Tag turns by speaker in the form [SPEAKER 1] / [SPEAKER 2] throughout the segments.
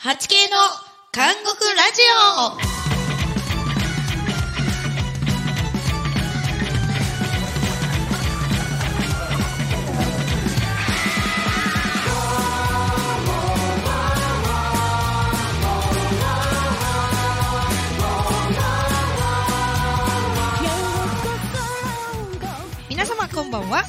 [SPEAKER 1] 8K の韓国ラジオ皆様こんばんは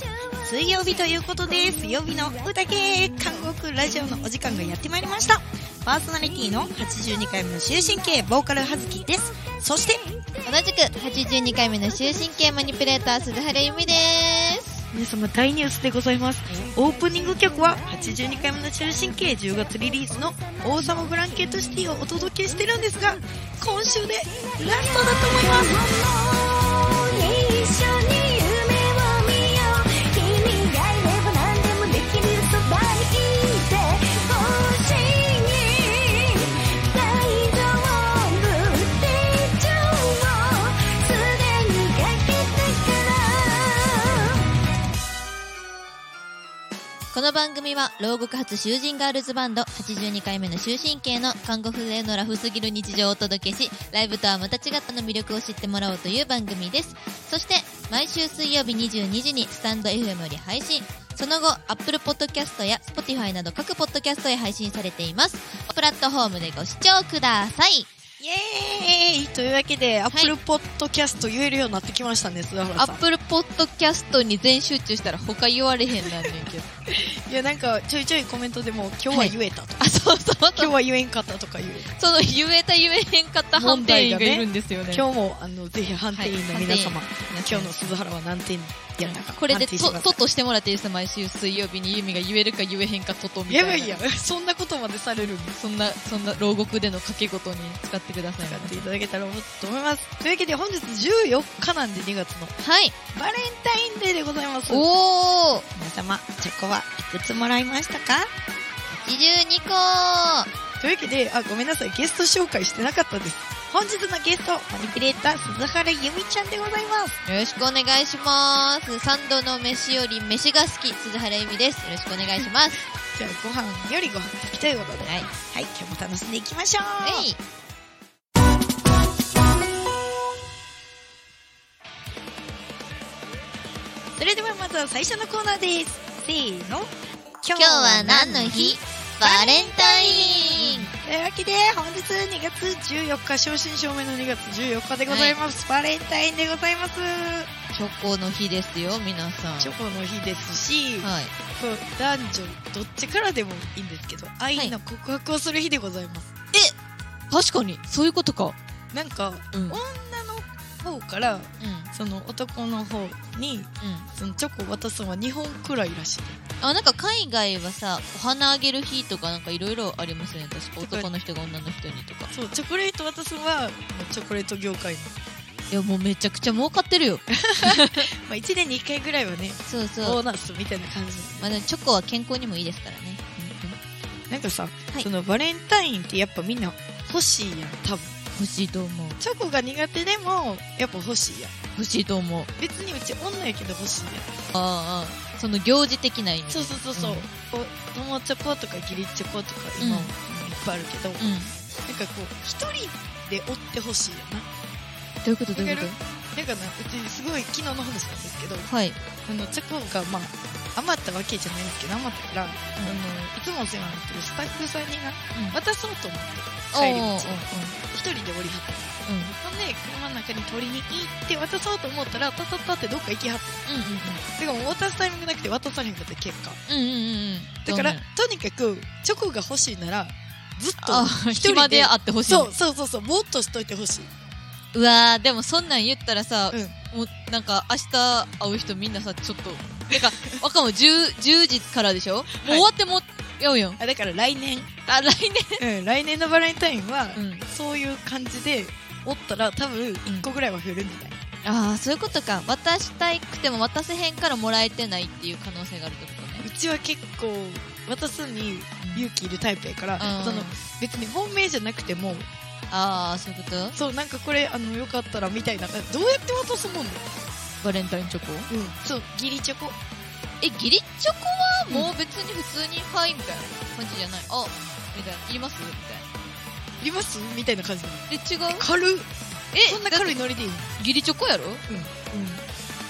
[SPEAKER 1] 水曜日ということで水曜日の歌系韓国ラジオのお時間がやってまいりましたパーソナリティの82回目の終身刑ボーカルはずきですそして
[SPEAKER 2] 同じく82回目の終身刑マニピュレーター鈴原由美です
[SPEAKER 3] 皆様大ニュースでございますオープニング曲は82回目の中心系10月リリースの「王様ブランケットシティ」をお届けしてるんですが今週でラストだと思います
[SPEAKER 2] この番組は牢獄発囚人ガールズバンド82回目の終身刑の看護婦へのラフすぎる日常をお届けしライブとはまた違ったの魅力を知ってもらおうという番組ですそして毎週水曜日22時にスタンド FM より配信その後 Apple Podcast や Spotify など各ポッドキャストへ配信されていますプラットフォームでご視聴ください
[SPEAKER 3] イエーイというわけで、アップルポッドキャスト言えるようになってきましたね菅
[SPEAKER 2] ア
[SPEAKER 3] 原さ
[SPEAKER 2] ップルポッドキャストに全集中したら他言われへんなんねんけど。
[SPEAKER 3] んいやなんかちょいちょいコメントでも「今日は言えた」とか
[SPEAKER 2] あ、そうそう
[SPEAKER 3] 「
[SPEAKER 2] そ
[SPEAKER 3] 今
[SPEAKER 2] う。
[SPEAKER 3] 日は言えんかった」とか言う
[SPEAKER 2] その言えた言えへんかった判定員がいるんですよね。
[SPEAKER 3] 今日もあのぜひ判定員の皆様、
[SPEAKER 2] はい
[SPEAKER 3] 今日の鈴原は何点やっ たか
[SPEAKER 2] これで
[SPEAKER 3] 判定して
[SPEAKER 2] と、
[SPEAKER 3] ください
[SPEAKER 2] ととしてもらっていいです毎週水曜日にユミが言えるか言えへんかととみ
[SPEAKER 3] い
[SPEAKER 2] たい
[SPEAKER 3] や
[SPEAKER 2] な。
[SPEAKER 3] ばいや。そんなことまでされるんです
[SPEAKER 2] そんな、そんな牢獄での掛け事に使ってください、
[SPEAKER 3] 使っていただけたらと思いますというわけで本日14日なんで2月の
[SPEAKER 2] はい。
[SPEAKER 3] バレンタインデーでございます皆
[SPEAKER 2] おー
[SPEAKER 3] 様チョコはいくつもらいましたか
[SPEAKER 2] !82 個は
[SPEAKER 3] というわけであごめんなさいゲスト紹介してなかったです本日のゲストマニピュレーター鈴原由美ちゃんでございます
[SPEAKER 2] よろしくお願いします。三度の飯より飯が好き、鈴原由美です。よろしくお願いします。
[SPEAKER 3] じゃあご飯よりご飯好きということで
[SPEAKER 2] はい。
[SPEAKER 3] はい今日も楽しんでいきましょう
[SPEAKER 2] はい。
[SPEAKER 3] それではまずは最初のコーナーですせーの今
[SPEAKER 2] 今日は何の日バレンタイン
[SPEAKER 3] というわけで本日2月14日正真正銘の2月14日でございます、バレンタインでございます
[SPEAKER 2] チョコの日ですよ、皆さん。
[SPEAKER 3] チョコの日ですし、
[SPEAKER 2] はい。
[SPEAKER 3] こう男女どっちからでもいいんですけど愛の告白をする日でございます、
[SPEAKER 2] 確かに、そういうことか。
[SPEAKER 3] なんか
[SPEAKER 2] うん。うん。うん。
[SPEAKER 3] 女の方からその男の方にそのチョコを渡すのは2本くらいらしい
[SPEAKER 2] あ、なんか海外はさ、お花あげる日とかなんかいろいろありますよね。確か男の人が女の人にとか。
[SPEAKER 3] そうチョコレート渡すのはもうチョコレート業界の、
[SPEAKER 2] いや、もうめちゃくちゃ儲かってるよ。
[SPEAKER 3] まあ、1年に1回ぐらいはね
[SPEAKER 2] そうそ
[SPEAKER 3] ボ
[SPEAKER 2] う。
[SPEAKER 3] ーナスみたいな感じなんで
[SPEAKER 2] まあ、でもチョコは健康にもいいですからね。
[SPEAKER 3] なんかさ、
[SPEAKER 2] い
[SPEAKER 3] そのバレンタインってやっぱみんな欲しいやん多分
[SPEAKER 2] 欲しいと思う。
[SPEAKER 3] チョコが苦手でもやっぱ欲しいやん
[SPEAKER 2] 欲しいと思う。
[SPEAKER 3] 別にうち女やけど欲しいやん
[SPEAKER 2] ああああ、その行事的な意味。
[SPEAKER 3] そうそうそうそう、
[SPEAKER 2] うん
[SPEAKER 3] こう桃チョコとか義理チョコとか今、
[SPEAKER 2] うん
[SPEAKER 3] いっぱいあるけど、なんか
[SPEAKER 2] うん。
[SPEAKER 3] こう一人で追ってほしいやんな
[SPEAKER 2] どういうことどういうこ
[SPEAKER 3] わかなんかなうちすごい昨日の話なんですけど
[SPEAKER 2] とはい。
[SPEAKER 3] あのチョコがまあ余ったわけじゃないんですけど余ったから、あのいつもお世話になってるスタッフさんにな
[SPEAKER 2] うん
[SPEAKER 3] 渡そうと思って
[SPEAKER 2] お
[SPEAKER 3] 帰
[SPEAKER 2] ー
[SPEAKER 3] り
[SPEAKER 2] おーおー
[SPEAKER 3] 道一人で降りはった
[SPEAKER 2] うん。うん。
[SPEAKER 3] ほんで、車の中に取りに行って渡そうと思ったら、たたたってどっか行きはって。
[SPEAKER 2] うんうん
[SPEAKER 3] てか
[SPEAKER 2] うん。
[SPEAKER 3] もう渡すタイミングなくて渡されへんかった結果。
[SPEAKER 2] うんうんうんうん。
[SPEAKER 3] だから
[SPEAKER 2] そうね、
[SPEAKER 3] とにかく、チョコが欲しいなら、ずっ
[SPEAKER 2] あ
[SPEAKER 3] と、一人
[SPEAKER 2] 暇
[SPEAKER 3] で
[SPEAKER 2] で。会ってほしい。
[SPEAKER 3] そうそうそうそう、ぼーっとしといてほしい。
[SPEAKER 2] うわー、でもそんなん言ったらさ、
[SPEAKER 3] う
[SPEAKER 2] もうなんか明日会う人みんなさ、ちょっと、てか、 わかんない、10, 10時からでしょ、もう終わってもやうやん。
[SPEAKER 3] あだから来年、
[SPEAKER 2] あ、来
[SPEAKER 3] うん、来年のバレンタインは、
[SPEAKER 2] 年。うん。
[SPEAKER 3] そういう感じで、おったら多分、一個ぐらいは増えるんじゃない、
[SPEAKER 2] ああ、そういうことか。渡したくても渡せへんからもらえてないっていう可能性があるってことね
[SPEAKER 3] う。ちは結構、渡すに勇気いるタイプやから、
[SPEAKER 2] うん
[SPEAKER 3] その、別に本命じゃなくても、
[SPEAKER 2] ああ、そういうこと
[SPEAKER 3] そう、なんかこれ、あの、よかったらみたいな、どうやって渡すもんだ
[SPEAKER 2] バレンタインチョコ
[SPEAKER 3] うん、そう、ギリチョコ。
[SPEAKER 2] え、ギリチョコはもう別に普通に、はい、みたいな感じじゃない。あ、みたいな。いりますみた
[SPEAKER 3] いりますみたいな感じ。
[SPEAKER 2] いな。え、違う
[SPEAKER 3] 軽っ。
[SPEAKER 2] え、
[SPEAKER 3] そんな
[SPEAKER 2] だ
[SPEAKER 3] 軽いノリでいいの
[SPEAKER 2] ってギリチョコやろ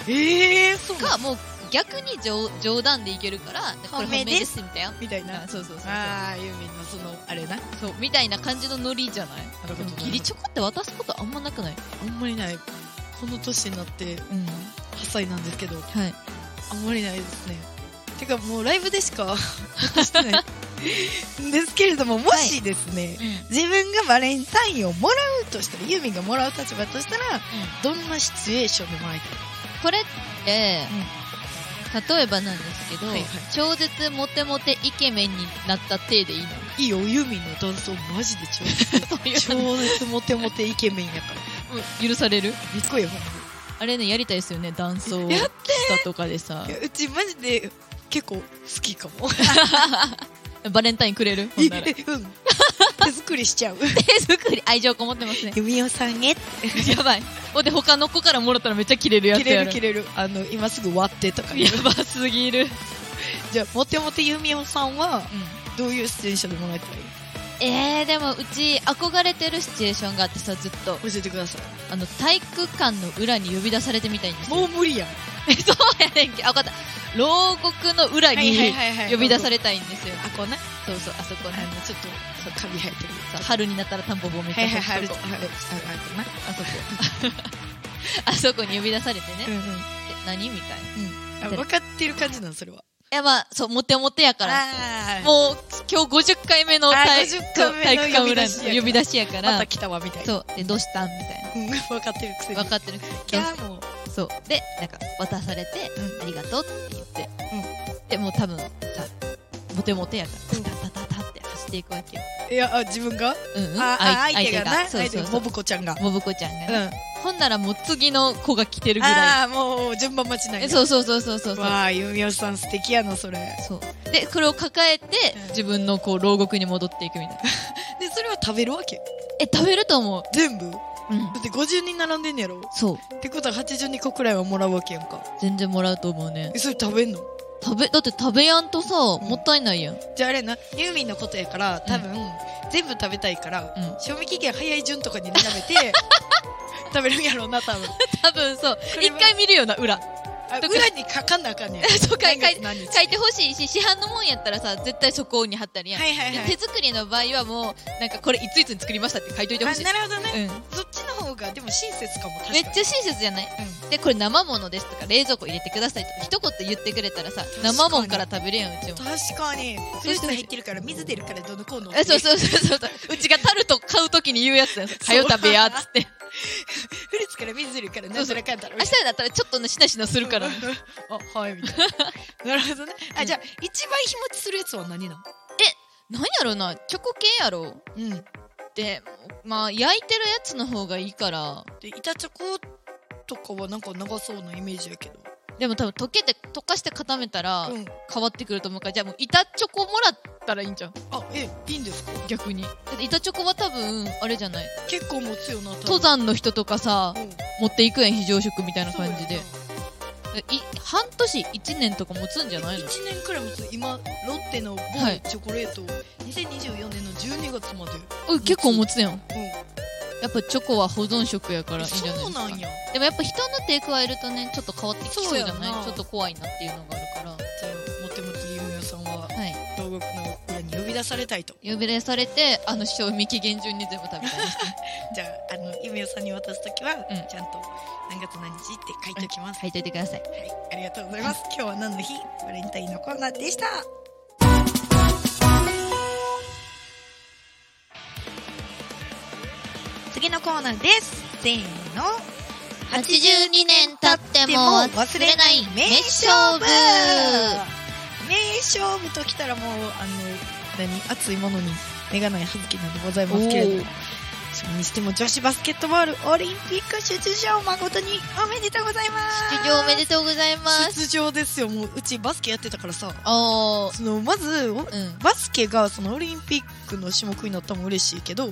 [SPEAKER 3] ええー、そう
[SPEAKER 2] か、もう逆に冗冗談でいけるから、これ
[SPEAKER 3] 本
[SPEAKER 2] 本
[SPEAKER 3] 命
[SPEAKER 2] 命
[SPEAKER 3] で
[SPEAKER 2] ですすみたいな。
[SPEAKER 3] みたい
[SPEAKER 2] あ
[SPEAKER 3] な。
[SPEAKER 2] そうそうそう
[SPEAKER 3] ああ、ユーミンのその、あれな。
[SPEAKER 2] そう。そう、みたいな感じのノリじゃない
[SPEAKER 3] なるほど
[SPEAKER 2] でもギリチョコって渡すことあんまなくない
[SPEAKER 3] あんまりない。この年になって
[SPEAKER 2] うん。
[SPEAKER 3] 8歳なんですけど、
[SPEAKER 2] はい。
[SPEAKER 3] あんまりないですね。てかもうライブでしか してない。ですけれども、もしですね、自分がバレンタインをもらうとしたら、ユーミンがもらう立場としたら、どんなシチュエーションでもらいたい
[SPEAKER 2] これって、例えばなんですけど、
[SPEAKER 3] はいはい
[SPEAKER 2] 超絶モテモテイケメンになった体でいいの
[SPEAKER 3] いいよ、ユーミンのダンスをマジで超
[SPEAKER 2] そ ういう
[SPEAKER 3] 超絶モテモテイケメンやから。
[SPEAKER 2] うん許される
[SPEAKER 3] びっ こいよ、ほんまに
[SPEAKER 2] あれね、やりたいですよね、男装
[SPEAKER 3] やっ
[SPEAKER 2] したとかでさ
[SPEAKER 3] い。やうちマジで結構好きかも。
[SPEAKER 2] バレンタインくれるほんなら。
[SPEAKER 3] うん。手作りしちゃう。。
[SPEAKER 2] 手作り、愛情こもってます ね
[SPEAKER 3] 弓をさんへ。
[SPEAKER 2] やばい。ほんで、他の子からもらったらめっちゃキレるや
[SPEAKER 3] 切
[SPEAKER 2] つや
[SPEAKER 3] れ
[SPEAKER 2] ろ
[SPEAKER 3] る切れる。あの、今すぐ割ってとか言う
[SPEAKER 2] やばすぎる。
[SPEAKER 3] じゃあ、モテモテ弓をさんは、どういう出演者でもらいたい
[SPEAKER 2] えー、でもうち憧れてるシチュエーションがあってさ、ずっと。
[SPEAKER 3] 教えてください。
[SPEAKER 2] あの、体育館の裏に呼び出されてみたいんですよ。
[SPEAKER 3] もう無理やん。
[SPEAKER 2] え そうやねんけど、あ、わかった。牢獄の裏に
[SPEAKER 3] いは
[SPEAKER 2] 呼び出さ
[SPEAKER 3] れ
[SPEAKER 2] れたいんですよ。
[SPEAKER 3] あ、こうな。
[SPEAKER 2] そうそう、あそこ
[SPEAKER 3] あ
[SPEAKER 2] ね。
[SPEAKER 3] の、ちょっと、そう、カビ生えてる。
[SPEAKER 2] そう春になったらタンポポめっちゃ咲
[SPEAKER 3] ある、
[SPEAKER 2] く
[SPEAKER 3] あ
[SPEAKER 2] と
[SPEAKER 3] る、あ
[SPEAKER 2] こ。
[SPEAKER 3] る、あ
[SPEAKER 2] あそこ。あそこに呼び出されてね。
[SPEAKER 3] るな。う
[SPEAKER 2] え
[SPEAKER 3] んうん。
[SPEAKER 2] 何みたいな。
[SPEAKER 3] あ分かってる感じなん、それは。
[SPEAKER 2] いや、まあ、そう、モテモテやから。
[SPEAKER 3] あー
[SPEAKER 2] もう、今日50回目の
[SPEAKER 3] あー
[SPEAKER 2] 体
[SPEAKER 3] 50回目の
[SPEAKER 2] 体育館裏の
[SPEAKER 3] 呼
[SPEAKER 2] 呼
[SPEAKER 3] び
[SPEAKER 2] び
[SPEAKER 3] 出
[SPEAKER 2] 出しやか
[SPEAKER 3] ま
[SPEAKER 2] ら
[SPEAKER 3] た。来たわ、みたいな。
[SPEAKER 2] そう。で、どうしたんみたい
[SPEAKER 3] うん分かってるくせに。
[SPEAKER 2] な。分かってる。
[SPEAKER 3] キャーも。
[SPEAKER 2] そう。で、なんか、渡されて、
[SPEAKER 3] うん
[SPEAKER 2] ありがとうって言って。で、もう多分さ、モテモテやから、
[SPEAKER 3] うん
[SPEAKER 2] タタタタって走っていくわけよ。
[SPEAKER 3] いや、あ自分が
[SPEAKER 2] うんうん、
[SPEAKER 3] ああ相手がな、
[SPEAKER 2] そう
[SPEAKER 3] 相手
[SPEAKER 2] そう
[SPEAKER 3] が
[SPEAKER 2] そ
[SPEAKER 3] ボ
[SPEAKER 2] う
[SPEAKER 3] ブ子ちゃんが。
[SPEAKER 2] ボブ子ちゃんがね、
[SPEAKER 3] ん。
[SPEAKER 2] ほんならもう次の子が来てるぐらい
[SPEAKER 3] ああ、もう順番待ちない
[SPEAKER 2] え
[SPEAKER 3] ね。
[SPEAKER 2] そうそうそうそうそうそう
[SPEAKER 3] わあ、ゆみおさん素敵やな、それ。
[SPEAKER 2] そうでこれを抱えて
[SPEAKER 3] うん
[SPEAKER 2] 自分のこう牢獄に戻っていくみたいな
[SPEAKER 3] で、それは食べるわけ
[SPEAKER 2] え食べると思う
[SPEAKER 3] 全部だ
[SPEAKER 2] うん
[SPEAKER 3] って50人並んでんねやろ
[SPEAKER 2] そう
[SPEAKER 3] ってことは82個くらいはもらうわけやんか。
[SPEAKER 2] 全然もらうと思うね
[SPEAKER 3] え、それ食べんの
[SPEAKER 2] 食べだって食べやんとさ
[SPEAKER 3] ん
[SPEAKER 2] もったいないやん、
[SPEAKER 3] じゃああれな、ユーミンのことやから、多分、全部食べたいから、
[SPEAKER 2] うん、
[SPEAKER 3] 賞味期限早い順とかに並べ て、食べるんやろうな、多分。
[SPEAKER 2] 多分そう
[SPEAKER 3] れ
[SPEAKER 2] 一
[SPEAKER 3] は
[SPEAKER 2] 回見るよな裏
[SPEAKER 3] あ
[SPEAKER 2] とか
[SPEAKER 3] 裏に書かんなあかんねん。
[SPEAKER 2] そう書い書い
[SPEAKER 3] 何日
[SPEAKER 2] 書いてほしいし市販のもんやったらさ絶対そこに貼ったりやん、
[SPEAKER 3] はいはいはい
[SPEAKER 2] で手作りの場合はもうなんかこれいついつに作りましたって書いといてほし
[SPEAKER 3] あ
[SPEAKER 2] い
[SPEAKER 3] なるほどね。
[SPEAKER 2] うん
[SPEAKER 3] そっちの方が、でも親切かも、確か
[SPEAKER 2] め
[SPEAKER 3] に。
[SPEAKER 2] っちゃ親切じゃない、
[SPEAKER 3] う
[SPEAKER 2] でこれ生ものですとか冷蔵庫入れてくださいとか一言言ってくれたらさ
[SPEAKER 3] 確かに
[SPEAKER 2] 生もんから食べれやんうちも
[SPEAKER 3] 確かに。フルーツ入ってるから水出るからどのこうの。
[SPEAKER 2] えそうそうそうそうそううちがタルト買うときに言うやつだよ「はよ食べや」っつ って
[SPEAKER 3] フルーツから水出るからなんとなかんだろ。
[SPEAKER 2] 明日だったらちょっとのしなしなするから
[SPEAKER 3] あ、はい、みたい な。なるほどね。あ、じゃあ、一番日持ちするやつは何なの
[SPEAKER 2] 何やろなチョコ系やろ
[SPEAKER 3] うん。で、
[SPEAKER 2] でまあ焼いてるやつの方がいいから
[SPEAKER 3] 板チョコとかはなんか長そうなイメージやけど。
[SPEAKER 2] でも多分溶けて溶かして固めたら
[SPEAKER 3] うん。
[SPEAKER 2] 変わってくると思うからじゃあもう板チョコもらったらいいんじゃん
[SPEAKER 3] あ、え、いいんですか
[SPEAKER 2] 逆にだって板チョコは多分あれじゃない
[SPEAKER 3] 結構持つよな、多
[SPEAKER 2] 登
[SPEAKER 3] 分。
[SPEAKER 2] 山の人とかさ
[SPEAKER 3] うん。
[SPEAKER 2] 持っていくやん非常食みたいな
[SPEAKER 3] そうや
[SPEAKER 2] 感
[SPEAKER 3] な
[SPEAKER 2] じでい半年1年とか持つんじゃないの
[SPEAKER 3] 1年くらい持つ。今、ロッテの某
[SPEAKER 2] はい
[SPEAKER 3] チョコレート、2024年の12月まで。
[SPEAKER 2] うん結構持つやん
[SPEAKER 3] うん。
[SPEAKER 2] やっぱチョコは保存食やからいいんじゃないで
[SPEAKER 3] そう
[SPEAKER 2] すか
[SPEAKER 3] なんや。
[SPEAKER 2] でもやっぱ人の手加えるとねちょっと変わってきそうじゃ
[SPEAKER 3] そうや
[SPEAKER 2] なん
[SPEAKER 3] ない
[SPEAKER 2] ちょっと怖いなっていうのがある
[SPEAKER 3] じ
[SPEAKER 2] から
[SPEAKER 3] ゃあ、もてもてゆみやさんは、
[SPEAKER 2] は
[SPEAKER 3] 牢獄の裏に呼び出されたいと。
[SPEAKER 2] い呼び出されてあの賞味期限順に全 部食べたいですね
[SPEAKER 3] じゃあ、あの、ゆみやさんに渡すときは、
[SPEAKER 2] ん
[SPEAKER 3] ちゃんと何月何日って書いておきます。
[SPEAKER 2] 書いといてください
[SPEAKER 3] はい、ありがとうございます。今日は何の日バレンタインのコーナーでした。次のコーナーです。せーの。
[SPEAKER 2] 82年経っても忘れない名勝負
[SPEAKER 3] 名勝負ときたらもう、あの、何熱いものに目がないはずきなんでございますけれども。にしても女子バスケットボールオリンピック出場誠におめでとうございます
[SPEAKER 2] 出場おめでとうございます。
[SPEAKER 3] 出場ですよもううちバスケやってたからさ
[SPEAKER 2] おー。
[SPEAKER 3] そのまずお
[SPEAKER 2] うん。
[SPEAKER 3] バスケがそのオリンピックの種目になったのも嬉しいけど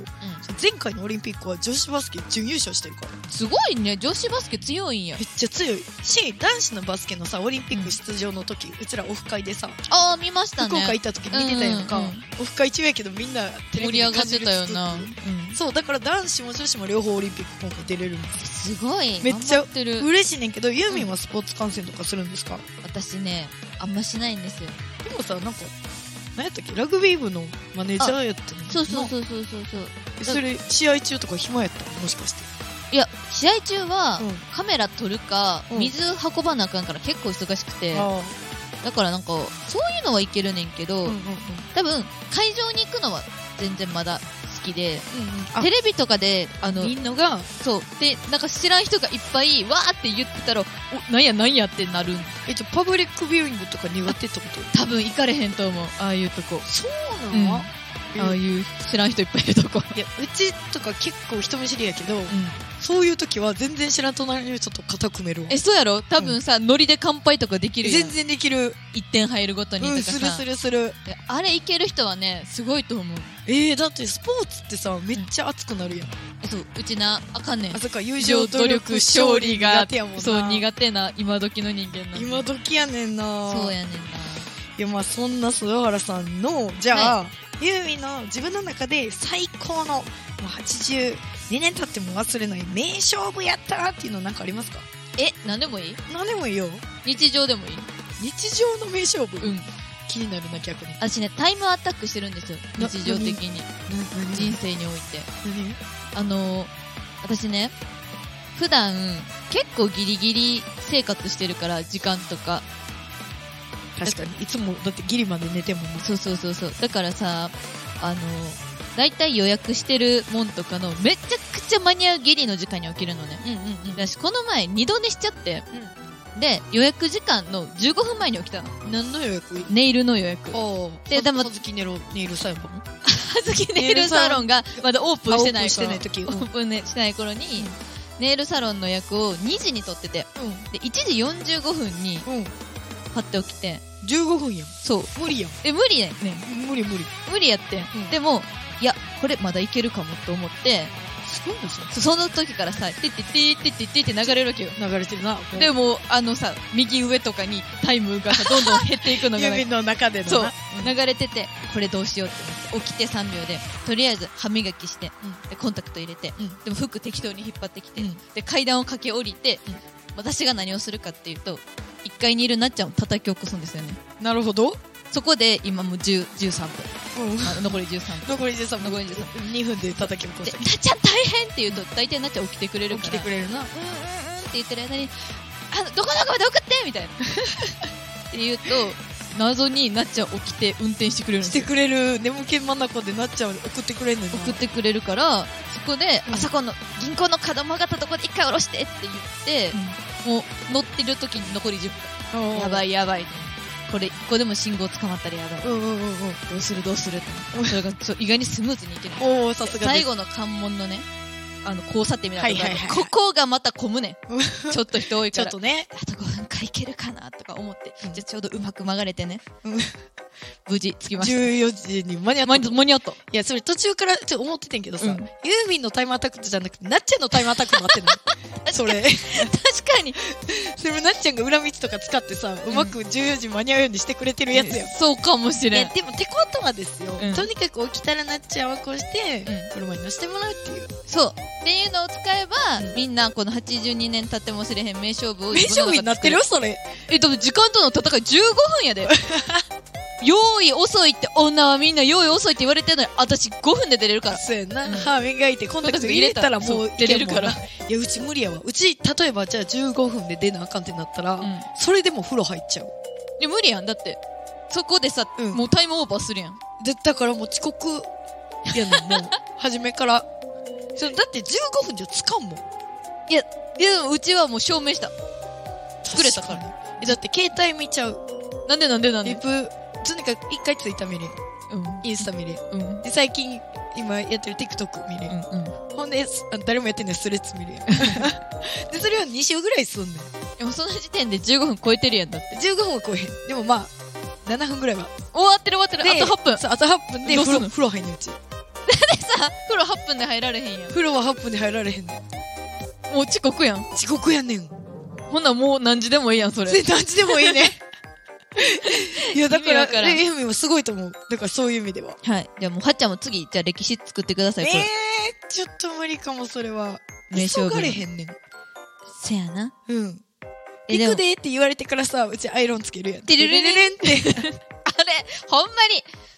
[SPEAKER 3] 前回のオリンピックは女子バスケ準優勝してるから
[SPEAKER 2] すごいね。女子バスケ強いんや
[SPEAKER 3] め。っちゃ強いし男子のバスケのさオリンピック出場の時、うちらオフ会でさ、
[SPEAKER 2] あー、見ましたね。
[SPEAKER 3] 福岡行った時見てたやんか、
[SPEAKER 2] うんうんうん
[SPEAKER 3] オフ会中やけどみんなテレ
[SPEAKER 2] 盛
[SPEAKER 3] ビ
[SPEAKER 2] り
[SPEAKER 3] で
[SPEAKER 2] 上が
[SPEAKER 3] 感
[SPEAKER 2] っ
[SPEAKER 3] じ
[SPEAKER 2] て
[SPEAKER 3] る
[SPEAKER 2] たよな。う
[SPEAKER 3] つつ
[SPEAKER 2] ん。
[SPEAKER 3] そうだから男子も女子も両方オリンピック今回出れるんです
[SPEAKER 2] すごい。
[SPEAKER 3] めっちゃ
[SPEAKER 2] 頑張ってる。
[SPEAKER 3] 嬉しいねんけどユーミンはスポーツ観戦とかするんですか、
[SPEAKER 2] 私ね、あんましないんですよ。
[SPEAKER 3] でもさなんか何やったっけラグビー部のマネージャーやったの
[SPEAKER 2] そうそうそうそうそうそう。
[SPEAKER 3] うそれ試合中とか暇やったのもしかして
[SPEAKER 2] いや、試合中は
[SPEAKER 3] うん、
[SPEAKER 2] カメラ撮るか、
[SPEAKER 3] うん
[SPEAKER 2] 水運ばなあかんから結構忙しくて、
[SPEAKER 3] あ
[SPEAKER 2] だからなんか、そういうのはいけるねんけ
[SPEAKER 3] あ
[SPEAKER 2] ど
[SPEAKER 3] うんう、んうん
[SPEAKER 2] 多分、会場に行くのは全然まだ好きで、
[SPEAKER 3] あ
[SPEAKER 2] テレビとかで、あの、
[SPEAKER 3] みんなが
[SPEAKER 2] そう。で、なんか知らん人がいっぱい、わーって言ってたら、お、なんやなんやってなるん。
[SPEAKER 3] えじゃあパブリックビューイングとか苦手ってこ
[SPEAKER 2] 多分行かれへんと思う。ああいうとこ。
[SPEAKER 3] とそう
[SPEAKER 2] うん。
[SPEAKER 3] なの、
[SPEAKER 2] あ
[SPEAKER 3] え
[SPEAKER 2] あいう知らん人いっぱいいるとこ。
[SPEAKER 3] いやうちとか結構人見知りやけど、
[SPEAKER 2] うん。
[SPEAKER 3] そういう時は全然知らん隣の人と肩組めるわ
[SPEAKER 2] え、そうやろ多分さ、ノリで乾杯とかできるやん。
[SPEAKER 3] 全然できる
[SPEAKER 2] 一点入るごとにと
[SPEAKER 3] う
[SPEAKER 2] か
[SPEAKER 3] ん
[SPEAKER 2] さ。
[SPEAKER 3] するするする
[SPEAKER 2] であれ行ける人はね、すごいと思う。
[SPEAKER 3] えー、だってスポーツってさめっちゃ熱くなるやん、
[SPEAKER 2] えそう、うちな、あかんねん
[SPEAKER 3] あ。そっか友
[SPEAKER 2] 以
[SPEAKER 3] 情
[SPEAKER 2] 上
[SPEAKER 3] 努力勝利が苦手やもんな
[SPEAKER 2] そう、苦手な今時の人間なの。
[SPEAKER 3] 今時やねんな
[SPEAKER 2] そうやねんな。
[SPEAKER 3] いやまあそんな菅原さんのじゃあ、ユーミンの自分の中で最高のもう82年経っても忘れない名勝負やったっていうのなんかありますか
[SPEAKER 2] え、なんでもいい
[SPEAKER 3] 何でもいいよ
[SPEAKER 2] 日常でもいい
[SPEAKER 3] 日常の名勝負、
[SPEAKER 2] うん。
[SPEAKER 3] 気になるな逆に
[SPEAKER 2] 私ね、タイムアタックしてるんですよ。
[SPEAKER 3] な
[SPEAKER 2] 日常的に。人生において。
[SPEAKER 3] 何
[SPEAKER 2] あのー、私ね、普段、結構ギリギリ生活してるから、時間とか。
[SPEAKER 3] 確かにいつもだってギリまで寝ても
[SPEAKER 2] そうそうそうそう。だからさ、あのー、だいたい予約してるもんとかの、めちゃくちゃ間に合うギリの時間に起きるのね。
[SPEAKER 3] うんうん
[SPEAKER 2] だし、この前、二度寝しちゃって。で、予約時間の15分前に起きたの。
[SPEAKER 3] うん何の予約
[SPEAKER 2] ネイルの予約。
[SPEAKER 3] ああ
[SPEAKER 2] ででも
[SPEAKER 3] 葉月ネロネイルサ イバーも
[SPEAKER 2] はずきネイルサロンがまだオープンしてない
[SPEAKER 3] あオープンしてない時
[SPEAKER 2] 頃オープンねしてない頃に、ネイルサロンの役を2時に取ってて、で、1時45分に
[SPEAKER 3] うんうん
[SPEAKER 2] パッて起きて、
[SPEAKER 3] 15分やん
[SPEAKER 2] そう。
[SPEAKER 3] 無理やん
[SPEAKER 2] え、無理やね
[SPEAKER 3] 無理無理
[SPEAKER 2] 無理やってん。
[SPEAKER 3] うん
[SPEAKER 2] でも、いや、これまだいけるかもと思って、
[SPEAKER 3] すごいですよ
[SPEAKER 2] そその時からさ、てってってってってってって流れるわけよ。
[SPEAKER 3] 流れてるな
[SPEAKER 2] でも、あのさ、右上とかにタイムがさ、どんどん減っていくのがなん
[SPEAKER 3] 指
[SPEAKER 2] か、
[SPEAKER 3] の中でのな
[SPEAKER 2] そう、流れてて、これどうしようって思って、起きて3秒で、とりあえず歯磨きして、
[SPEAKER 3] う
[SPEAKER 2] でコンタクト入れて、
[SPEAKER 3] うん
[SPEAKER 2] でも服適当に引っ張ってきて、
[SPEAKER 3] うん
[SPEAKER 2] で階段を駆け下りて、
[SPEAKER 3] うん
[SPEAKER 2] 私が何をするかっていうと1階にいるなっちゃんを叩き起こすんですよね
[SPEAKER 3] なるほ ど
[SPEAKER 2] そこで今もう10 13
[SPEAKER 3] うん
[SPEAKER 2] 分あ残り13 分
[SPEAKER 3] 残り13分
[SPEAKER 2] 残り13
[SPEAKER 3] 2分で叩き起こ
[SPEAKER 2] で
[SPEAKER 3] し
[SPEAKER 2] なっちゃん大変って言うと大体なっちゃん起きてくれ
[SPEAKER 3] て
[SPEAKER 2] る
[SPEAKER 3] 起
[SPEAKER 2] か
[SPEAKER 3] き
[SPEAKER 2] ら
[SPEAKER 3] てくれるな
[SPEAKER 2] うんうんうんって言ってる間にあのどこどこまで送ってみたいな って言うと謎になっちゃん起きて運転してくれるんで
[SPEAKER 3] し
[SPEAKER 2] す
[SPEAKER 3] て
[SPEAKER 2] よ
[SPEAKER 3] くれる眠気まなこでなっちゃう送ってくれんねんな
[SPEAKER 2] 送ってくれるからそこで、
[SPEAKER 3] うん
[SPEAKER 2] あそこの銀行の角曲がったとこで一回下ろしてって言って、もう乗ってる時に残り10分。やば
[SPEAKER 3] い
[SPEAKER 2] いやばい。これ、こ個でも信号捕まったらやばい。
[SPEAKER 3] うんうんうんうん
[SPEAKER 2] どうするどうするって。それがそう意外にスムーズにいける。
[SPEAKER 3] おおさすが
[SPEAKER 2] 最後の関門のね、あの、交差点みたいなとこがあ
[SPEAKER 3] はい
[SPEAKER 2] る、
[SPEAKER 3] はいはい
[SPEAKER 2] ここがまた混むね
[SPEAKER 3] うん
[SPEAKER 2] ん。ちょっと人多い
[SPEAKER 3] ち
[SPEAKER 2] か
[SPEAKER 3] ょっ
[SPEAKER 2] ら。
[SPEAKER 3] とね
[SPEAKER 2] あと5分かいけるかなとか思って、
[SPEAKER 3] うん
[SPEAKER 2] じゃあちょうどうまく曲がれてね。
[SPEAKER 3] うん
[SPEAKER 2] 無事着きまし
[SPEAKER 3] 14時に間に合
[SPEAKER 2] た。
[SPEAKER 3] っ
[SPEAKER 2] 間
[SPEAKER 3] た
[SPEAKER 2] に間に合った。
[SPEAKER 3] いや、それ途中からちょっと思っててんけどさ、
[SPEAKER 2] う
[SPEAKER 3] ユ
[SPEAKER 2] ん
[SPEAKER 3] ーミンのタイムアタックじゃなくて、なっちゃんのタイムアタックもあってん の。それ。
[SPEAKER 2] 確かに。
[SPEAKER 3] それもなっちゃんが裏道とか使ってさ、うまく14時間に合うようにしてくれてるやつや。
[SPEAKER 2] そうかもし
[SPEAKER 3] い
[SPEAKER 2] れ
[SPEAKER 3] や
[SPEAKER 2] ん。
[SPEAKER 3] でも、てことはですよ、
[SPEAKER 2] うん
[SPEAKER 3] とにかく起きたらなっちゃんはこうして、
[SPEAKER 2] う
[SPEAKER 3] 車に乗せてもらうっていう。
[SPEAKER 2] そう。っていうのを使えば、みんなこの82年経っても忘れへん名勝負を
[SPEAKER 3] 名
[SPEAKER 2] 自分
[SPEAKER 3] 勝負
[SPEAKER 2] の中で作れる。
[SPEAKER 3] になってるよ、それ。
[SPEAKER 2] え、でも時間との戦い15 分やで。用意遅いって女はみんな用意遅いって言われてるのに、私5分で出れるから。
[SPEAKER 3] そうやんな。
[SPEAKER 2] うん
[SPEAKER 3] 歯磨いて、コンタクト入れたらもう
[SPEAKER 2] そう
[SPEAKER 3] い
[SPEAKER 2] 出
[SPEAKER 3] ける
[SPEAKER 2] れる
[SPEAKER 3] か。
[SPEAKER 2] からら
[SPEAKER 3] いや、うち無理やわ。うち、例えばじゃあ15分で出なあかんってなったら、
[SPEAKER 2] うん
[SPEAKER 3] それでも風呂入っちゃう。
[SPEAKER 2] いや、無理やん。だって、そこでさ、
[SPEAKER 3] うん
[SPEAKER 2] もうタイムオーバーするやん。
[SPEAKER 3] で、だからもう遅刻やねん、もう。 初めから。それだって15分じゃつかんもん。
[SPEAKER 2] いや、いや、うちはもう証明した。作れたから
[SPEAKER 3] 確に。え、だって携帯見ちゃう。
[SPEAKER 2] なんでなんでなん
[SPEAKER 3] リ
[SPEAKER 2] で
[SPEAKER 3] プ、とにかく一回ツイッター見れん。
[SPEAKER 2] うん。
[SPEAKER 3] インスタ見れん。
[SPEAKER 2] うん。
[SPEAKER 3] で、最近、今やってる TikTok 見れ
[SPEAKER 2] う
[SPEAKER 3] る。
[SPEAKER 2] んうん。
[SPEAKER 3] ほんで、すあ誰もやってんねん、ストレッ チ見るやん。で、それは2週ぐらいすんねん。
[SPEAKER 2] でもその時点で15分超えてるやんだって。
[SPEAKER 3] 15分は超えへん。でもまあ、7分ぐらいは。
[SPEAKER 2] 終わってる終わってる。
[SPEAKER 3] で
[SPEAKER 2] あと8分。
[SPEAKER 3] そう、あと8分で
[SPEAKER 2] どうす
[SPEAKER 3] 風
[SPEAKER 2] んの
[SPEAKER 3] 呂風呂入んねん、うち。
[SPEAKER 2] さ、 風呂8分で入られへんやん。
[SPEAKER 3] 風呂は8分で入られへんねん。
[SPEAKER 2] もう遅刻やん。
[SPEAKER 3] 遅刻やねん。
[SPEAKER 2] ほんならもう何時でもいいやん、それ。
[SPEAKER 3] それ何時でもいい ね。いや、だか
[SPEAKER 2] 意
[SPEAKER 3] ら、
[SPEAKER 2] 味わからん
[SPEAKER 3] レイミはすごいと思う。だからそういう意味では。
[SPEAKER 2] はい。じゃあもう、はっちゃんも次、じゃあ歴史作ってくださ
[SPEAKER 3] え
[SPEAKER 2] い、
[SPEAKER 3] ー
[SPEAKER 2] これ。、
[SPEAKER 3] ちょっと無理かも、それは。
[SPEAKER 2] 名勝
[SPEAKER 3] 急
[SPEAKER 2] 負
[SPEAKER 3] がれへんねん。
[SPEAKER 2] せやな。
[SPEAKER 3] うん。
[SPEAKER 2] えで
[SPEAKER 3] 行
[SPEAKER 2] も
[SPEAKER 3] くでって言われてからさ、うちアイロンつけるやん。
[SPEAKER 2] てるるるる
[SPEAKER 3] んって。
[SPEAKER 2] あれ、ほんまに、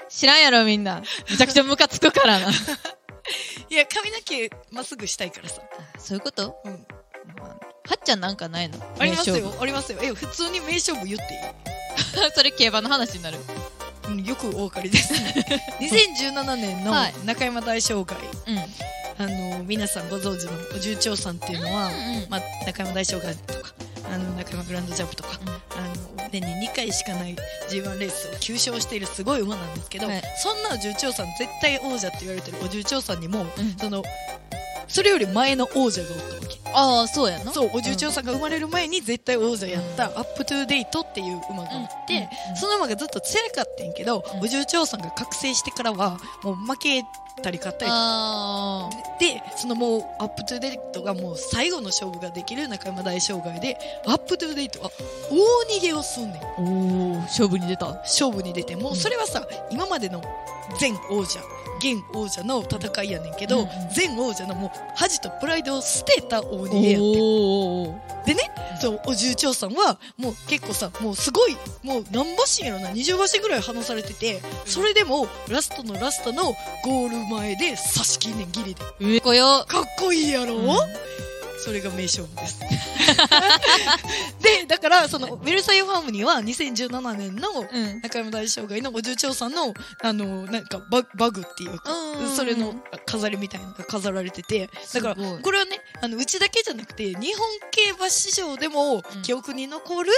[SPEAKER 2] 知らんやろ、みんな。めちゃくちゃムカつくか らな。
[SPEAKER 3] いや、髪の毛まっすぐしたいからさ。
[SPEAKER 2] そういうこと
[SPEAKER 3] うん。
[SPEAKER 2] はっちゃんなんかないの
[SPEAKER 3] あります。
[SPEAKER 2] 名
[SPEAKER 3] よ
[SPEAKER 2] 勝、
[SPEAKER 3] ありますよ。え、普通に名勝負言っていい
[SPEAKER 2] 負それ競馬の話になる。
[SPEAKER 3] うん、よくお分かり です。2017年の
[SPEAKER 2] はい
[SPEAKER 3] 中山大賞会、
[SPEAKER 2] うん。
[SPEAKER 3] あの、皆さんご存知のお重長さんっていうのは、
[SPEAKER 2] うん
[SPEAKER 3] まあ、中山大賞会とか、あの、中山グランドジャンプとか、あの、年に2回しかない G1 レースを9勝しているすごい馬なんですけど、
[SPEAKER 2] はい
[SPEAKER 3] そんなお重長さん、絶対王者って言われてるお重長さんにも、
[SPEAKER 2] うん
[SPEAKER 3] その、それより前の王者がおったわけ。
[SPEAKER 2] ああ、そうやな。
[SPEAKER 3] そう、お重長さんが生まれる前に絶対王者やった、アップトゥーデイトっていう馬がおって、
[SPEAKER 2] うんうん
[SPEAKER 3] その馬がずっと強かったんやけど、
[SPEAKER 2] うん
[SPEAKER 3] お重長さんが覚醒してからは、もう負けたり勝ったりとか
[SPEAKER 2] ああ。
[SPEAKER 3] で、そのもうアップトゥーデイトがもう最後の勝負ができる中山大障害で、アップトゥーデイトは大逃げをすんねん。
[SPEAKER 2] おお、勝負に出た。
[SPEAKER 3] 勝負に出てもうそれはさ今までの前王者現王者の戦いやねんけど、
[SPEAKER 2] うんうん
[SPEAKER 3] 前王者のもう恥とプライドを捨てた大
[SPEAKER 2] お
[SPEAKER 3] 逃げやって
[SPEAKER 2] おー。
[SPEAKER 3] でね、そう、お重長さんは、もう結構さ、もうすごい、もう何馬身やろな、20馬身ぐらい離されてて、それでも、ラストのラストのゴール前で差し切んねん、ギリで。
[SPEAKER 2] 上こよ。
[SPEAKER 3] かっこいいやろ、
[SPEAKER 2] うん
[SPEAKER 3] それが名勝負です。 で、だから、その、ウェルサイユファームには2017年の
[SPEAKER 2] うん。
[SPEAKER 3] 中山大障害のお重長さんの、あの、なんかバ、バグっていうか、
[SPEAKER 2] うん
[SPEAKER 3] それの飾りみたいなのが飾られてて、だから、
[SPEAKER 2] すごい
[SPEAKER 3] これはね、あの、うちだけじゃなくて、日本競馬史上でも
[SPEAKER 2] ん
[SPEAKER 3] 記憶に残る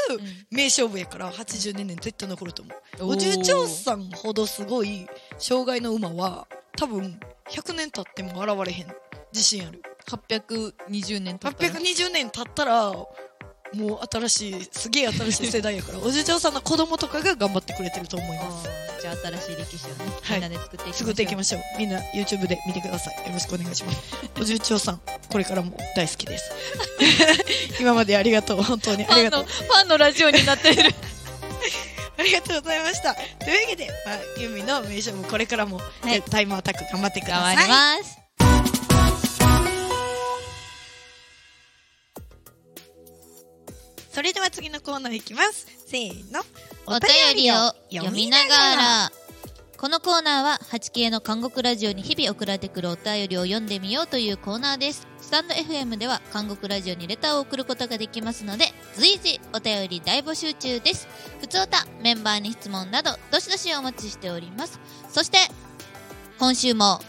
[SPEAKER 3] 名勝負やから、82年絶対残ると思う。お
[SPEAKER 2] ー
[SPEAKER 3] 重長さんほどすごい障害の馬は、多分、100年経っても現れへん。自信ある。
[SPEAKER 2] 820年経ったら。
[SPEAKER 3] 820年経ったら、もう新しい、すげえ新しい世代やから、お重長さんの子供とかが頑張ってくれてると思います。
[SPEAKER 2] あーじゃあ新しい歴史をね、
[SPEAKER 3] はい
[SPEAKER 2] みんなで作っていきましょう。
[SPEAKER 3] 作っていきましょう。みんな YouTube で見てください。よろしくお願いします。お重長さん、これからも大好きです。 今までありがとう。本当にありがとう。
[SPEAKER 2] ファンのラジオになって る。
[SPEAKER 3] ありがとうございました。というわけで、まあ、ユーミンの名勝負、これからも、
[SPEAKER 2] い
[SPEAKER 3] タイムアタック頑張ってくだ
[SPEAKER 2] 頑
[SPEAKER 3] さ
[SPEAKER 2] 張
[SPEAKER 3] い。
[SPEAKER 2] ります。
[SPEAKER 3] それでは次のコーナーいきます。せーの。
[SPEAKER 2] お便りを読みながら。このコーナーは 8K の韓国ラジオに日々送られてくるお便りを読んでみようというコーナーです。スタンド FM では韓国ラジオにレターを送ることができますので、随時お便り大募集中です。ふつおた、メンバーに質問など、どしどしお待ちしております。そして、今週も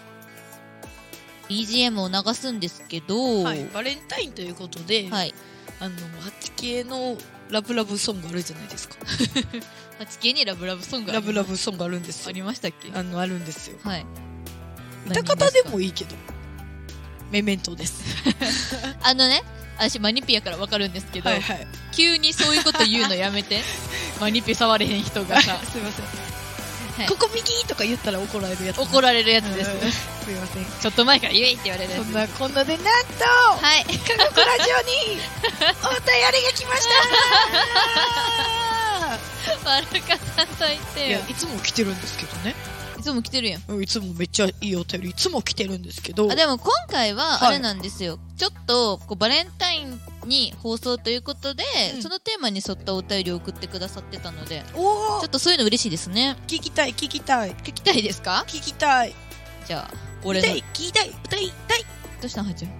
[SPEAKER 2] BGM を流すんですけど、
[SPEAKER 3] はい、バレンタインということで、
[SPEAKER 2] はい。
[SPEAKER 3] あの、8系のラブラブソングあるじゃないですか。
[SPEAKER 2] 8K にラブラブソング
[SPEAKER 3] ラブラブソングあるんです
[SPEAKER 2] あ
[SPEAKER 3] よ。
[SPEAKER 2] りましたっけ
[SPEAKER 3] あの、あるんですよ。
[SPEAKER 2] はい。
[SPEAKER 3] 歌方でもいいけど、メメントです。
[SPEAKER 2] あのね、私マニピやからわかるんですけど、
[SPEAKER 3] はいはい。
[SPEAKER 2] 急にそういうこと言うのやめ て。マニピ触れへん人がさ、
[SPEAKER 3] すいません。
[SPEAKER 2] い
[SPEAKER 3] ここ右とか言ったら怒られるやつ。
[SPEAKER 2] 怒
[SPEAKER 3] ら
[SPEAKER 2] られるやつです。
[SPEAKER 3] すいません。
[SPEAKER 2] ちょっと前から言えいって言われるや
[SPEAKER 3] そ
[SPEAKER 2] つ。
[SPEAKER 3] んなこんなでなんと、
[SPEAKER 2] はい。
[SPEAKER 3] 韓国ラジオにお便りが来まし
[SPEAKER 2] 悪かったと言ったて
[SPEAKER 3] い
[SPEAKER 2] よ
[SPEAKER 3] や。いつも来てるんですけどね
[SPEAKER 2] いつも来てるやん。
[SPEAKER 3] うんいつもめっちゃいいお便りいつも来てるんですけど
[SPEAKER 2] あ、でも今回は、
[SPEAKER 3] はい
[SPEAKER 2] あれなんですよ。ちょっと、こう、バレンタインに放送ということで、
[SPEAKER 3] うん
[SPEAKER 2] そのテーマに沿ったお便りを送ってくださってたので、
[SPEAKER 3] おお
[SPEAKER 2] ちょっとそういうの嬉しいですね。
[SPEAKER 3] 聞きたい聞きたい聞
[SPEAKER 2] 聞きたいですか
[SPEAKER 3] きたい
[SPEAKER 2] じゃあ、
[SPEAKER 3] 聞
[SPEAKER 2] 俺
[SPEAKER 3] き
[SPEAKER 2] の
[SPEAKER 3] た。い聞きたい歌いたい
[SPEAKER 2] どうしたん、はちゃん。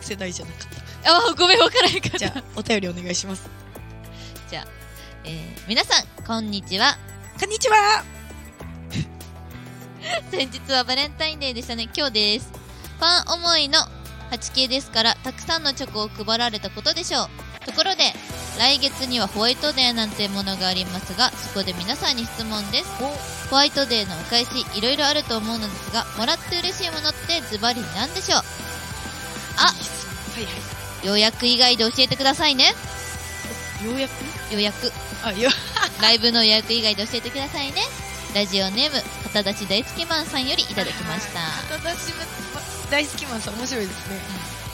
[SPEAKER 3] 世代じゃなかっ
[SPEAKER 2] あー、ごめん、わからへんかった
[SPEAKER 3] たじ。 ゃあお便りお願いします
[SPEAKER 2] えー皆さん、こんにちは。
[SPEAKER 3] こんにちは
[SPEAKER 2] 先日はバレンタインデーでしたね。今日です。ファン思いの 8K ですから、たくさんのチョコを配られたことでしょう。ところで、来月にはホワイトデーなんてものがありますがそこで皆さんに質問ですホワイトデーのお返しいろいろあると思うのですがもらって嬉しいものってズバリ何でしょう
[SPEAKER 3] はいは
[SPEAKER 2] 予約以外で教えてくださいね
[SPEAKER 3] い。ようやく
[SPEAKER 2] 予約
[SPEAKER 3] あ、よ、
[SPEAKER 2] ライブの予約以外で教えてくださいねラジオネーム片出し大好きマンさんよりいただきました
[SPEAKER 3] 私が大好きマンさん面白いですね。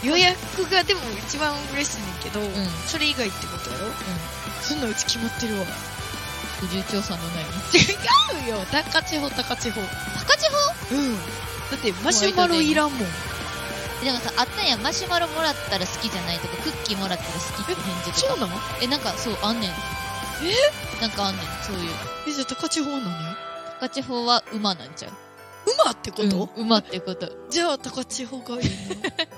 [SPEAKER 3] 予約がでも一番嬉しいねんけど、
[SPEAKER 2] ん
[SPEAKER 3] それ以外ってことやろそんなうち決まってるわ。
[SPEAKER 2] うん不重調査のない
[SPEAKER 3] 違うよ高千穂高千穂
[SPEAKER 2] 高千穂
[SPEAKER 3] うんだってマシュマロいらんもん
[SPEAKER 2] でもさあったんやんマシュマロもらったら好きじゃないとかクッキーもらったら好きって返事
[SPEAKER 3] そ
[SPEAKER 2] とか
[SPEAKER 3] うなの
[SPEAKER 2] えなんかそうあんねんなんかあんねんそういう
[SPEAKER 3] えじゃあ高千穂なのよ
[SPEAKER 2] 高千穂は馬なんちゃう
[SPEAKER 3] 馬ってこと、
[SPEAKER 2] うん馬って こと
[SPEAKER 3] じゃあ高千穂がいい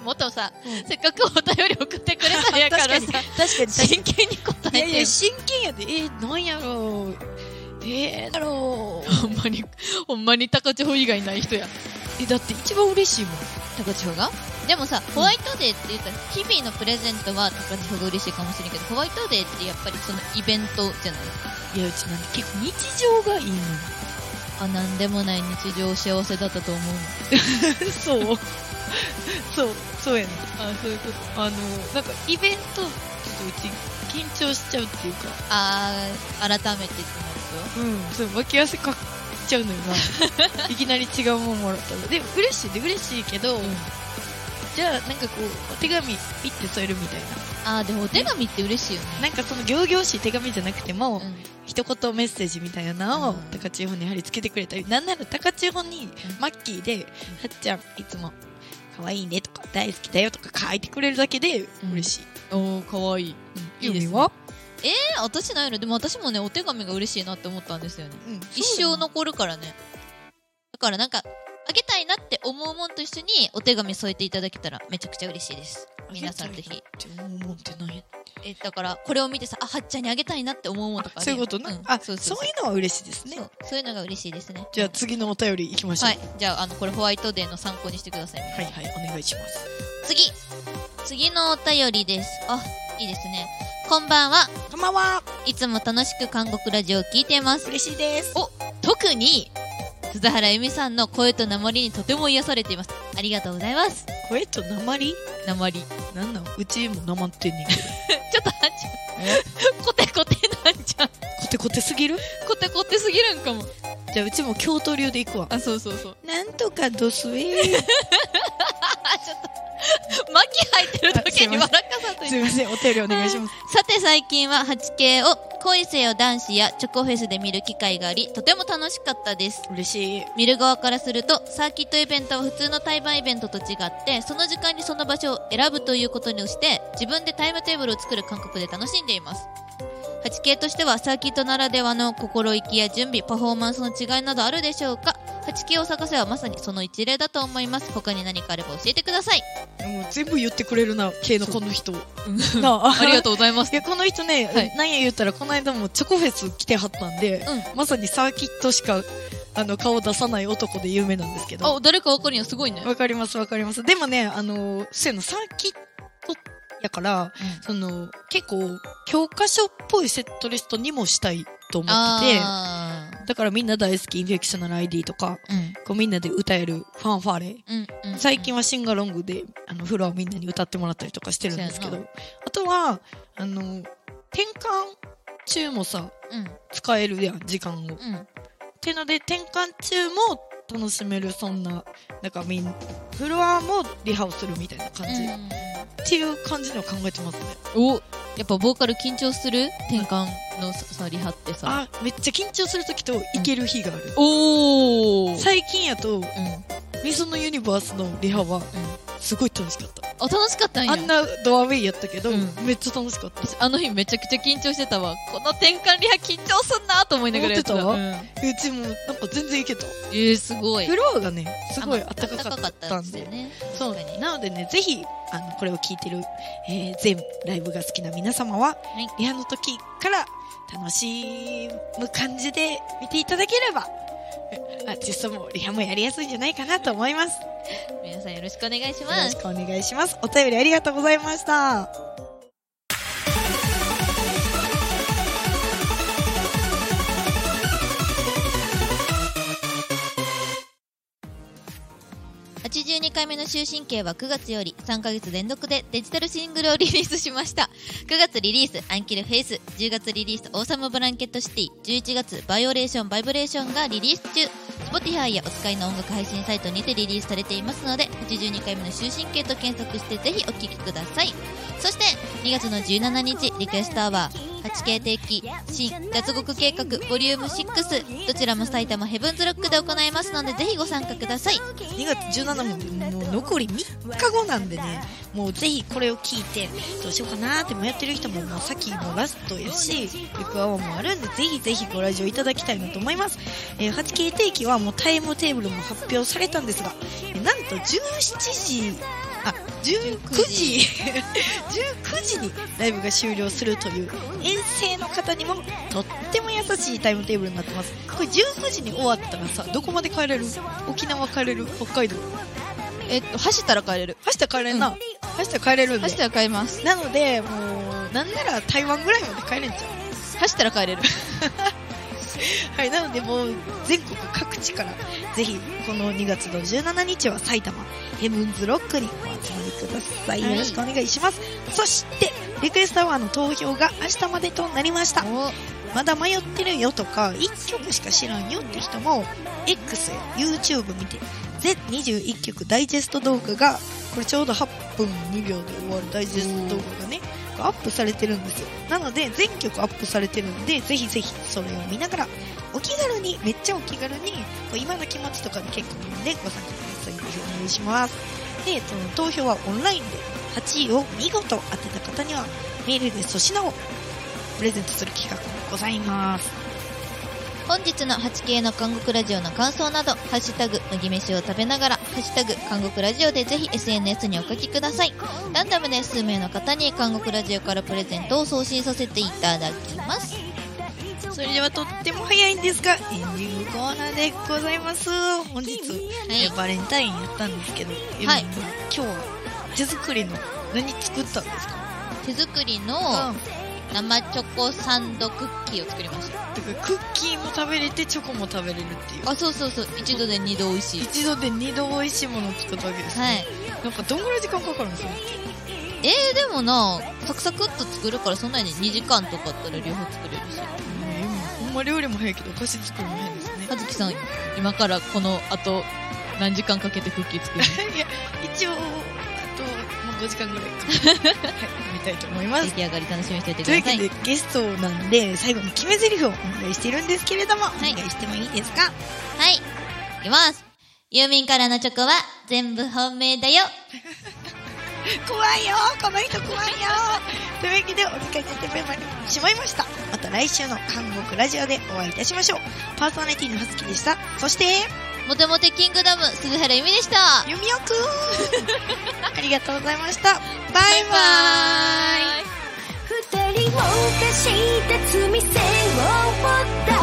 [SPEAKER 2] 元さ、
[SPEAKER 3] うん
[SPEAKER 2] せっかくお便り送ってくれたんや からさ
[SPEAKER 3] 確かに
[SPEAKER 2] 真剣に答え
[SPEAKER 3] い
[SPEAKER 2] て
[SPEAKER 3] や
[SPEAKER 2] よ
[SPEAKER 3] いや真剣やでえー、なんやろうえー、なんやろう
[SPEAKER 2] ほんまにほんまに高千穂以外ない人や
[SPEAKER 3] えだって一番嬉しいもん
[SPEAKER 2] 高千穂がでもさホワイトデーって言ったら日々のプレゼントは高千穂が嬉しいかもしれんけどホワイトデーってやっぱりそのイベントじゃな
[SPEAKER 3] い
[SPEAKER 2] い
[SPEAKER 3] やうちなんて結構日常がいいの
[SPEAKER 2] あなんでもない日常幸せだったと思うの
[SPEAKER 3] そう そうそうやねあそういうことあのなんかイベントちょっとうち緊張しちゃうっていうか
[SPEAKER 2] あー改めてってなる
[SPEAKER 3] うん、そう、脇汗かっちゃうのよ な。いきなり違うもんもらったら。で、嬉しいで嬉しいけど、じゃあ、なんかこう、お手紙ピッて添えるみたい
[SPEAKER 2] とあーでもお手紙って嬉しいよね
[SPEAKER 3] な。なんかその行々しい手紙じゃなくても、
[SPEAKER 2] うん
[SPEAKER 3] 一言メッセージみたいなのを
[SPEAKER 2] うん
[SPEAKER 3] 高千穂に貼り付けてくれたり、なんなら高千穂にマッキーで、はっちゃん、いつも、可愛いねとか、大好きだよとか書いてくれるだけで
[SPEAKER 2] うん
[SPEAKER 3] 嬉しい。
[SPEAKER 2] おおかわいい。いいですね
[SPEAKER 3] ゆみは
[SPEAKER 2] えー、私ないのでも私もねお手紙が嬉しいなって思ったんですよね。
[SPEAKER 3] うん
[SPEAKER 2] 一生残るからね。だからなんかあげたいなって思うもんと一緒にお手紙添えていただけたらめちゃくちゃ嬉しいです。皆さんぜひ。
[SPEAKER 3] って思ってない。
[SPEAKER 2] えだからこれを見てさあはっちゃんにあげたいなって思うもんとか
[SPEAKER 3] あ
[SPEAKER 2] ね
[SPEAKER 3] そういうことな。
[SPEAKER 2] ん
[SPEAKER 3] あ、そ
[SPEAKER 2] そううそうそう
[SPEAKER 3] いうのは嬉しいですね
[SPEAKER 2] そ。うそういうのが嬉しいですね。
[SPEAKER 3] じゃあ次のお便り行きましょう。
[SPEAKER 2] はいじゃああのこれホワイトデーの参考にしてください。
[SPEAKER 3] はいはい、お願いします。
[SPEAKER 2] 次次のお便りですあいいですねこんばんは
[SPEAKER 3] こんばんは、
[SPEAKER 2] いつも楽しく韓国ラジオを聞いています
[SPEAKER 3] 嬉しいです。
[SPEAKER 2] 特に鈴原由美さんの声とりにとても癒されていますありがとうございます
[SPEAKER 3] 声と鉛
[SPEAKER 2] りちょ
[SPEAKER 3] なんなんうちも鉛ってんねんけど。
[SPEAKER 2] っとあんちゃんコテコテなんじゃん
[SPEAKER 3] コテコテすぎる
[SPEAKER 2] コテコテすぎるんかも
[SPEAKER 3] じゃあうちも京都流で行くわ。
[SPEAKER 2] あそうそうそう
[SPEAKER 3] なんとかどすえ。
[SPEAKER 2] あちょっと巻き入ってるだけに笑かさとい
[SPEAKER 3] す
[SPEAKER 2] て
[SPEAKER 3] いません、お便りお願いします。
[SPEAKER 2] さて最近は 8K を恋せよ男子やチョコフェスで見る機会がありとても楽しかったです
[SPEAKER 3] 嬉しい。
[SPEAKER 2] 見る側からするとサーキットイベントは普通の対バンイベントと違ってその時間にその場所を選ぶということにして自分でタイムテーブルを作る感覚で楽しんでいます 8K としてはサーキットならではの心意気や準備パフォーマンスの違いなどあるでしょうか 8K を探せはまさにその一例だと思います他に何かあれば教えてくだ さい
[SPEAKER 3] もう全部言ってくれるな、系のこの人。な
[SPEAKER 2] ありが
[SPEAKER 3] とう。
[SPEAKER 2] とうございます
[SPEAKER 3] いや、この人ね、
[SPEAKER 2] はい
[SPEAKER 3] なんや言ったら、この間もチョコフェス来てはったんで、
[SPEAKER 2] う
[SPEAKER 3] まさにサーキットしか、あの、顔出さない男で有名なんですけど。
[SPEAKER 2] あ誰かわかるよすごいね
[SPEAKER 3] わかりますわかります。でもね、あの、そうやの、サーキットやから、
[SPEAKER 2] うん
[SPEAKER 3] その、結構、教科書っぽいセットリストにもしたいと思ってて、
[SPEAKER 2] あ
[SPEAKER 3] だからみんな大好き、インフェクショナル ID とか、
[SPEAKER 2] ーうん
[SPEAKER 3] こうみんなで歌えるファンファーレ。
[SPEAKER 2] うんうん
[SPEAKER 3] 最近はシンガロングで、あの、フロアみんなに歌ってもらったりとかしてるんですけ
[SPEAKER 2] そう
[SPEAKER 3] ど、あとは、あの、転換中もさ、
[SPEAKER 2] うん
[SPEAKER 3] 使えるやん、時間を。
[SPEAKER 2] うん
[SPEAKER 3] ってので転換中も楽しめるそんななんかみんフロアもリハをするみたいな感じ、っていう感じの考えてますね
[SPEAKER 2] おやっぱボーカル緊張する転換のささリハってさ
[SPEAKER 3] あめっちゃ緊張する時といける日がある、
[SPEAKER 2] おおうん
[SPEAKER 3] 最近やと
[SPEAKER 2] あ
[SPEAKER 3] 水のユニバースのリハはすごい楽しかった、
[SPEAKER 2] 楽しかったんや
[SPEAKER 3] あんなドアウェイやったけど、
[SPEAKER 2] うん
[SPEAKER 3] めっちゃ楽しかった
[SPEAKER 2] あの日めちゃくちゃ緊張してたわこの転換リハ緊張すんなと思いながらやってた
[SPEAKER 3] 思って
[SPEAKER 2] うん
[SPEAKER 3] うちもなんか全然いけた
[SPEAKER 2] えー、すごい
[SPEAKER 3] フロアがねすごい
[SPEAKER 2] あまあ
[SPEAKER 3] 暖かかったん
[SPEAKER 2] 暖
[SPEAKER 3] で
[SPEAKER 2] よね
[SPEAKER 3] そう
[SPEAKER 2] 確かに
[SPEAKER 3] なのでねぜひあのこれを聞いてる、えー全ライブが好きな皆様は、
[SPEAKER 2] い
[SPEAKER 3] リハの時から楽しむ感じで見ていただければえアーティストもリハもやりやすいんじゃないかなと思いますよ
[SPEAKER 2] 皆さんよろしくお願いしま
[SPEAKER 3] ろし
[SPEAKER 2] す
[SPEAKER 3] くお願いしますお便りありがとうございました
[SPEAKER 2] 82回目の終身刑は9月より3ヶ月連続でデジタルシングルをリリースしました。9月リリース、アンキルフェイス、10月リリース、オーサムブランケットシティ、11月、バイオレーション、バイブレーションがリリース中。Spotify やお使いの音楽配信サイトにてリリースされていますので、82回目の終身刑と検索してぜひお聴きください。そして、2月の17日、リクエストアワー、8K 定期新脱獄計画ボリューム6どちらも埼玉ヘブンズロックで行いますのでぜひご参加ください
[SPEAKER 3] 2月17日ももう残り3日後なんでねもうぜひこれを聞いてどうしようかなーって迷ってる人も、まあ、さっきもラストやしリクアワーもあるんでぜひぜひご来場いただきたいなと思います、えー、8K 定期はもうタイムテーブルも発表されたんですが、えーなんと17時あ19時19時にライブが終了するという遠征の方にもとっても優しいタイムテーブルになってますこれ19時に終わったらさどこまで帰れる沖縄帰れる北海道
[SPEAKER 4] えっと、走ったら帰れる。
[SPEAKER 3] 走ったら帰れんな、
[SPEAKER 4] う
[SPEAKER 3] 走ったら帰れるんで
[SPEAKER 4] 走ったら帰ります。
[SPEAKER 3] なのでもうなんなら台湾ぐらいまで帰れんじゃん
[SPEAKER 4] 走ったら帰れる。
[SPEAKER 3] はい、なのでもう全国各地からぜひこの2月の17日は埼玉ヘブンズロックにお集まりください。
[SPEAKER 2] はい
[SPEAKER 3] よろしくお願いします。そして、リクエストアワーの投票が明日までとなりました。まだ迷ってるよとか、1曲しか知らんよって人も、X や YouTube 見て、全21曲ダイジェスト動画が、これちょうど8分2秒で終わるダイジェスト動画がね、アップされてるんですよ。なので、全曲アップされてるんで、ぜひぜひそれを見ながら、お気軽に、めっちゃお気軽に、こう今の気持ちとかで結構なんでご参加ください。ぜひお願いします。で、えっと投票はオンラインで、8位を見事当てた方には、メールで粗品をプレゼントする企画もございます。
[SPEAKER 2] 本日の 8K の韓国ラジオの感想など「ハッシュタグ麦飯を食べながら」「ハッシュタグ韓国ラジオ」でぜひ SNS にお書きくださいランダムで数名の方に韓国ラジオからプレゼントを送信させていただきます
[SPEAKER 3] それではとっても早いんですが、エンディングコーナーでございます。本日、
[SPEAKER 2] い
[SPEAKER 3] えーバレンタインやったんですけど、えー
[SPEAKER 2] はい
[SPEAKER 3] 今日は手作りの何作ったんですか
[SPEAKER 2] 手作りの生チョコサンドクッキーを作りました
[SPEAKER 3] だからクッキーも食べれてチョコも食べれるっていう。
[SPEAKER 2] あそうそうそう一度で二度美味しい
[SPEAKER 3] 一度で二度美味しいものを作ったわけです、ね。
[SPEAKER 2] はい
[SPEAKER 3] なんかどんぐらい時間かかるんですか
[SPEAKER 2] えー、でもなサクサクっと作るからそんなに2時間とかあったら両方作れるし
[SPEAKER 3] えーほんま料理も早いけどお菓子作るの早いですね。
[SPEAKER 4] はずきさん、今からこの後、何時間かけてクッキー作る
[SPEAKER 3] いや、一応、あと、もう5時間ぐ らいか。はい、見たいと思います
[SPEAKER 2] 出。来上がり楽しみにしておいてく
[SPEAKER 3] という
[SPEAKER 2] だ
[SPEAKER 3] わ
[SPEAKER 2] さ
[SPEAKER 3] け
[SPEAKER 2] い
[SPEAKER 3] で、ゲストなんで、最後に決め台詞をお願いしているんですけれども、
[SPEAKER 2] い
[SPEAKER 3] お願いしてもいいですか
[SPEAKER 2] はい。いきます。ユーミンからのチョコは全部本命だよ。
[SPEAKER 3] 怖いよこの人怖いよ というわけで、お疲れてメンバーにしまいました。また来週の韓国ラジオでお会いいたしましょう。パーソナリティのはずきでした。そして、
[SPEAKER 2] モテモテキングダム、鈴原由美でした。
[SPEAKER 3] ゆみおく んありがとうございました。バイバイ
[SPEAKER 5] 二人を犯した罪性を負った